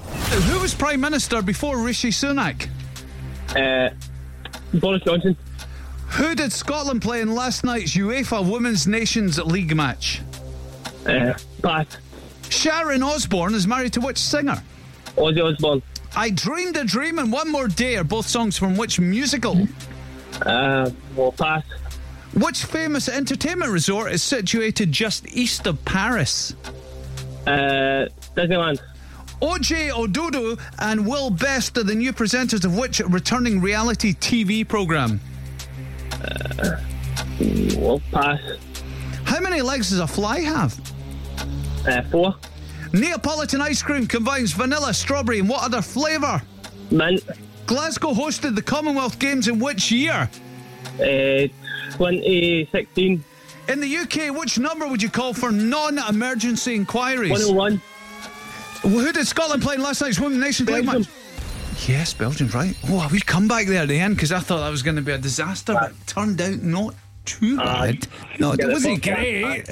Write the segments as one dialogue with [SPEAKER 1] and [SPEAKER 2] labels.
[SPEAKER 1] Who was Prime Minister before Rishi Sunak?
[SPEAKER 2] Uh, Boris Johnson.
[SPEAKER 1] Who did Scotland play in last night's UEFA Women's Nations League match?
[SPEAKER 2] Uh, pass.
[SPEAKER 1] Sharon Osbourne is married to which singer?
[SPEAKER 2] Ozzy Osbourne.
[SPEAKER 1] I Dreamed a Dream and One More Day are both songs from which musical?
[SPEAKER 2] Uh, well, pass.
[SPEAKER 1] Which famous entertainment resort is situated just east of Paris?
[SPEAKER 2] Uh, Disneyland.
[SPEAKER 1] OJ Ododo and Will Best are the new presenters of which returning reality TV programme?
[SPEAKER 2] Well, pass.
[SPEAKER 1] How many legs does a fly have?
[SPEAKER 2] Uh, four.
[SPEAKER 1] Neapolitan ice cream combines vanilla, strawberry, and what other flavour?
[SPEAKER 2] Mint.
[SPEAKER 1] Glasgow hosted the Commonwealth Games in which year?
[SPEAKER 2] Uh, 2016.
[SPEAKER 1] In the UK, which number would you call for non emergency inquiries?
[SPEAKER 2] 101.
[SPEAKER 1] Who did Scotland play in last night's Women's Nations League
[SPEAKER 2] Belgium.
[SPEAKER 1] match? Yes, Belgium, right. Oh, we come back there at the end because I thought that was going to be a disaster, but it turned out not too
[SPEAKER 2] Aye.
[SPEAKER 1] bad. No, it
[SPEAKER 2] Yeah,
[SPEAKER 1] wasn't
[SPEAKER 2] that's
[SPEAKER 1] great.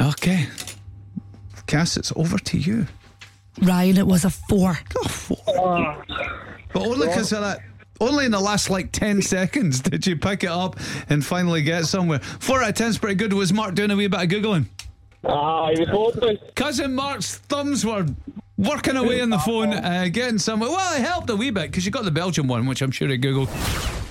[SPEAKER 1] Okay. Cass, it's over to you.
[SPEAKER 3] Ryan, it was a four.
[SPEAKER 1] Oh, four. But only because of that. Only in the last like 10 seconds did you pick it up and finally get somewhere. Four out of 10's pretty good. Was Mark doing a wee bit of Googling?
[SPEAKER 2] Ah, he was holding.
[SPEAKER 1] Cousin Mark's thumbs were working away on the phone, uh, getting somewhere. Well, it helped a wee bit because you got the Belgian one, which I'm sure he Googled.